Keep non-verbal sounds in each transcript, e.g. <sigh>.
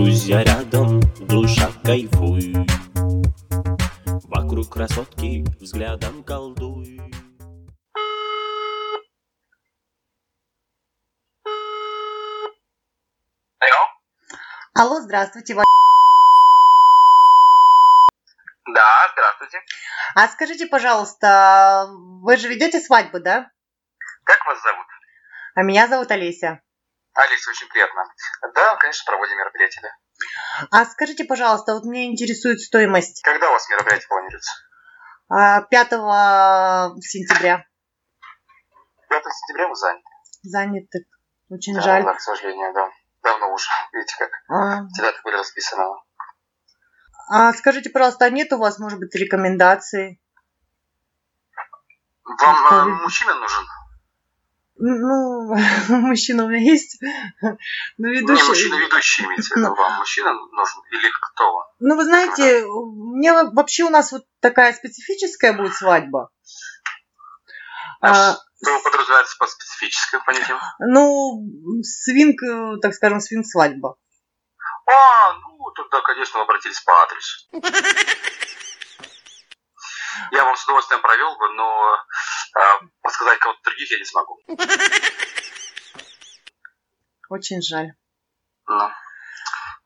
Я рядом, душа кайфуй Вокруг красотки взглядом колдуй Алло, здравствуйте, Ва- Да, здравствуйте. А скажите, пожалуйста, вы же ведете свадьбу, да? Как вас зовут? А меня зовут Олеся. Алиса, очень приятно. Да, конечно, проводим мероприятия. да. А скажите, пожалуйста, вот меня интересует стоимость Когда у вас мероприятие планируется? а, 5 сентября. 5 сентября вы заняты. Заняты. Очень Да, жаль. Да, к сожалению, да. Давно уже. Видите, как А, даты были расписаны. а скажите, пожалуйста, а нет у вас, может быть, рекомендаций? Вам Что э, вы- мужчина нужен? Ну, <laughs> мужчина у меня есть. <laughs> Ну, Не, ведущий. мужчина ведущий имеется в виду. Вам мужчина нужен или кто? вам? Ну, вы знаете, мне во- вообще у нас вот такая специфическая будет свадьба. А А, Что подразумевается по специфическим понятиям? Ну, свинг, э, так скажем, свинг-свадьба. А, ну, тогда, конечно, вы обратились по <laughs> адресу. Я вам с удовольствием провел бы, но э, подсказать кого-то других я не смогу. Очень жаль. Ну.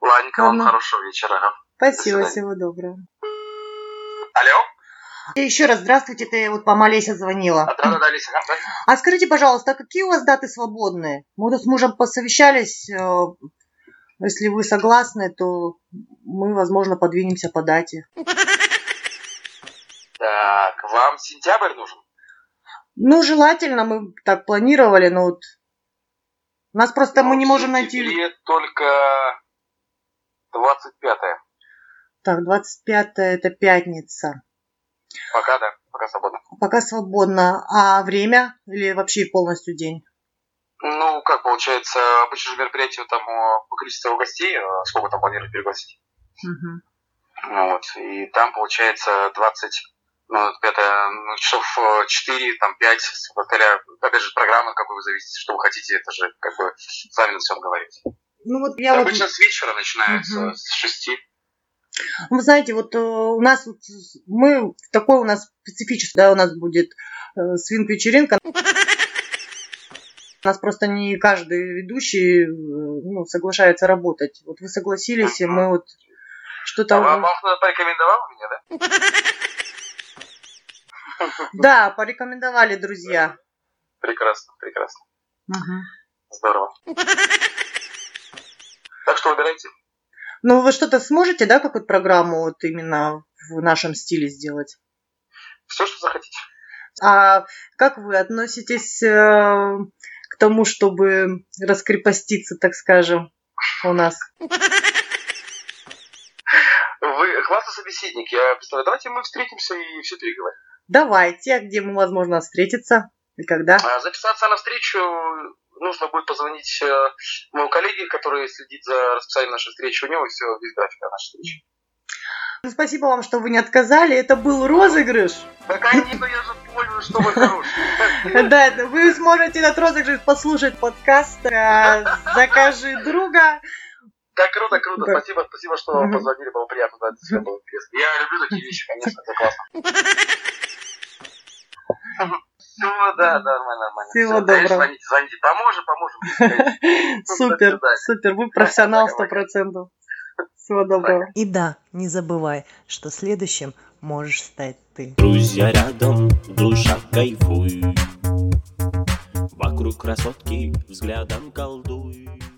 Ладненько, вам Ладно. хорошего вечера. Спасибо, До свидания. всего доброго. Алло? И еще раз здравствуйте, ты вот по Малесе звонила. Да-да-да, Лиса, да? А скажите, пожалуйста, а какие у вас даты свободные? Мы вот с мужем посовещались, э, если вы согласны, то мы, возможно, подвинемся по дате. Так, вам сентябрь нужен? Ну, желательно, мы так планировали, но вот у нас просто мы не Ну, в можем найти... сентябре только 25-е. Так, 25 это пятница. Пока, да, пока свободно. Пока свободно. А время или вообще полностью день? Ну, как получается, обычно же мероприятие там э, по количеству гостей, э, сколько там планируют пригласить? Мгм. Ну Вот. И там получается 20, ну, это, ну, часов э, 4, там 5, смотря, опять же, программа, как вы зависите, что вы хотите, это же как бы сами на всем говорите. Ну вот я вот... Обычно с вечера начинается, Мгм. с 6. Вы знаете, вот э, у нас вот с- мы в такой у нас специфический, да, у нас будет э, свинг-вечеринка. У нас просто не каждый ведущий э, ну, соглашается работать. Вот вы согласились, и мы вот А что-то... вам, вам кто-то порекомендовал меня, да? Да, порекомендовали друзья. Прекрасно, прекрасно. Мгм. <laughs> Здорово. Так что выбирайте. Ну вы что-то сможете, да, какую-то программу вот именно в нашем стиле сделать? Все, что захотите. А как вы относитесь э, к тому, чтобы раскрепоститься, так скажем, у нас? Вы классный собеседник, я представляю. Давайте мы встретимся и все переговорим. Давайте, а где мы, возможно, встретиться и когда? А записаться на встречу э, нужно будет позвонить э, моему коллеге, который следит за расписанием нашей встречи. У него все без графика нашей <laughs> встречи. Ну, спасибо вам, что вы не отказали. Это был розыгрыш. <laughs> Да, конечно, я же понял, что вы хороший. <laughs> Да, это вы сможете этот розыгрыш послушать подкаст э, «Закажи друга». Как круто, круто. Да. Спасибо, спасибо, что вам Мгм. позвонили. Было приятно, да, действительно было интересно. Я люблю такие вещи, конечно, это <laughs> классно. Все, да, да, нормально, нормально. Всё, Всего конечно, доброго. Звоните, звоните, поможем, поможем. Конечно. Супер, супер, вы профессионал 100%. Всего доброго. И да, не забывай, что следующим можешь стать ты. Друзья рядом, душа кайфуй Вокруг красотки взглядом колдуй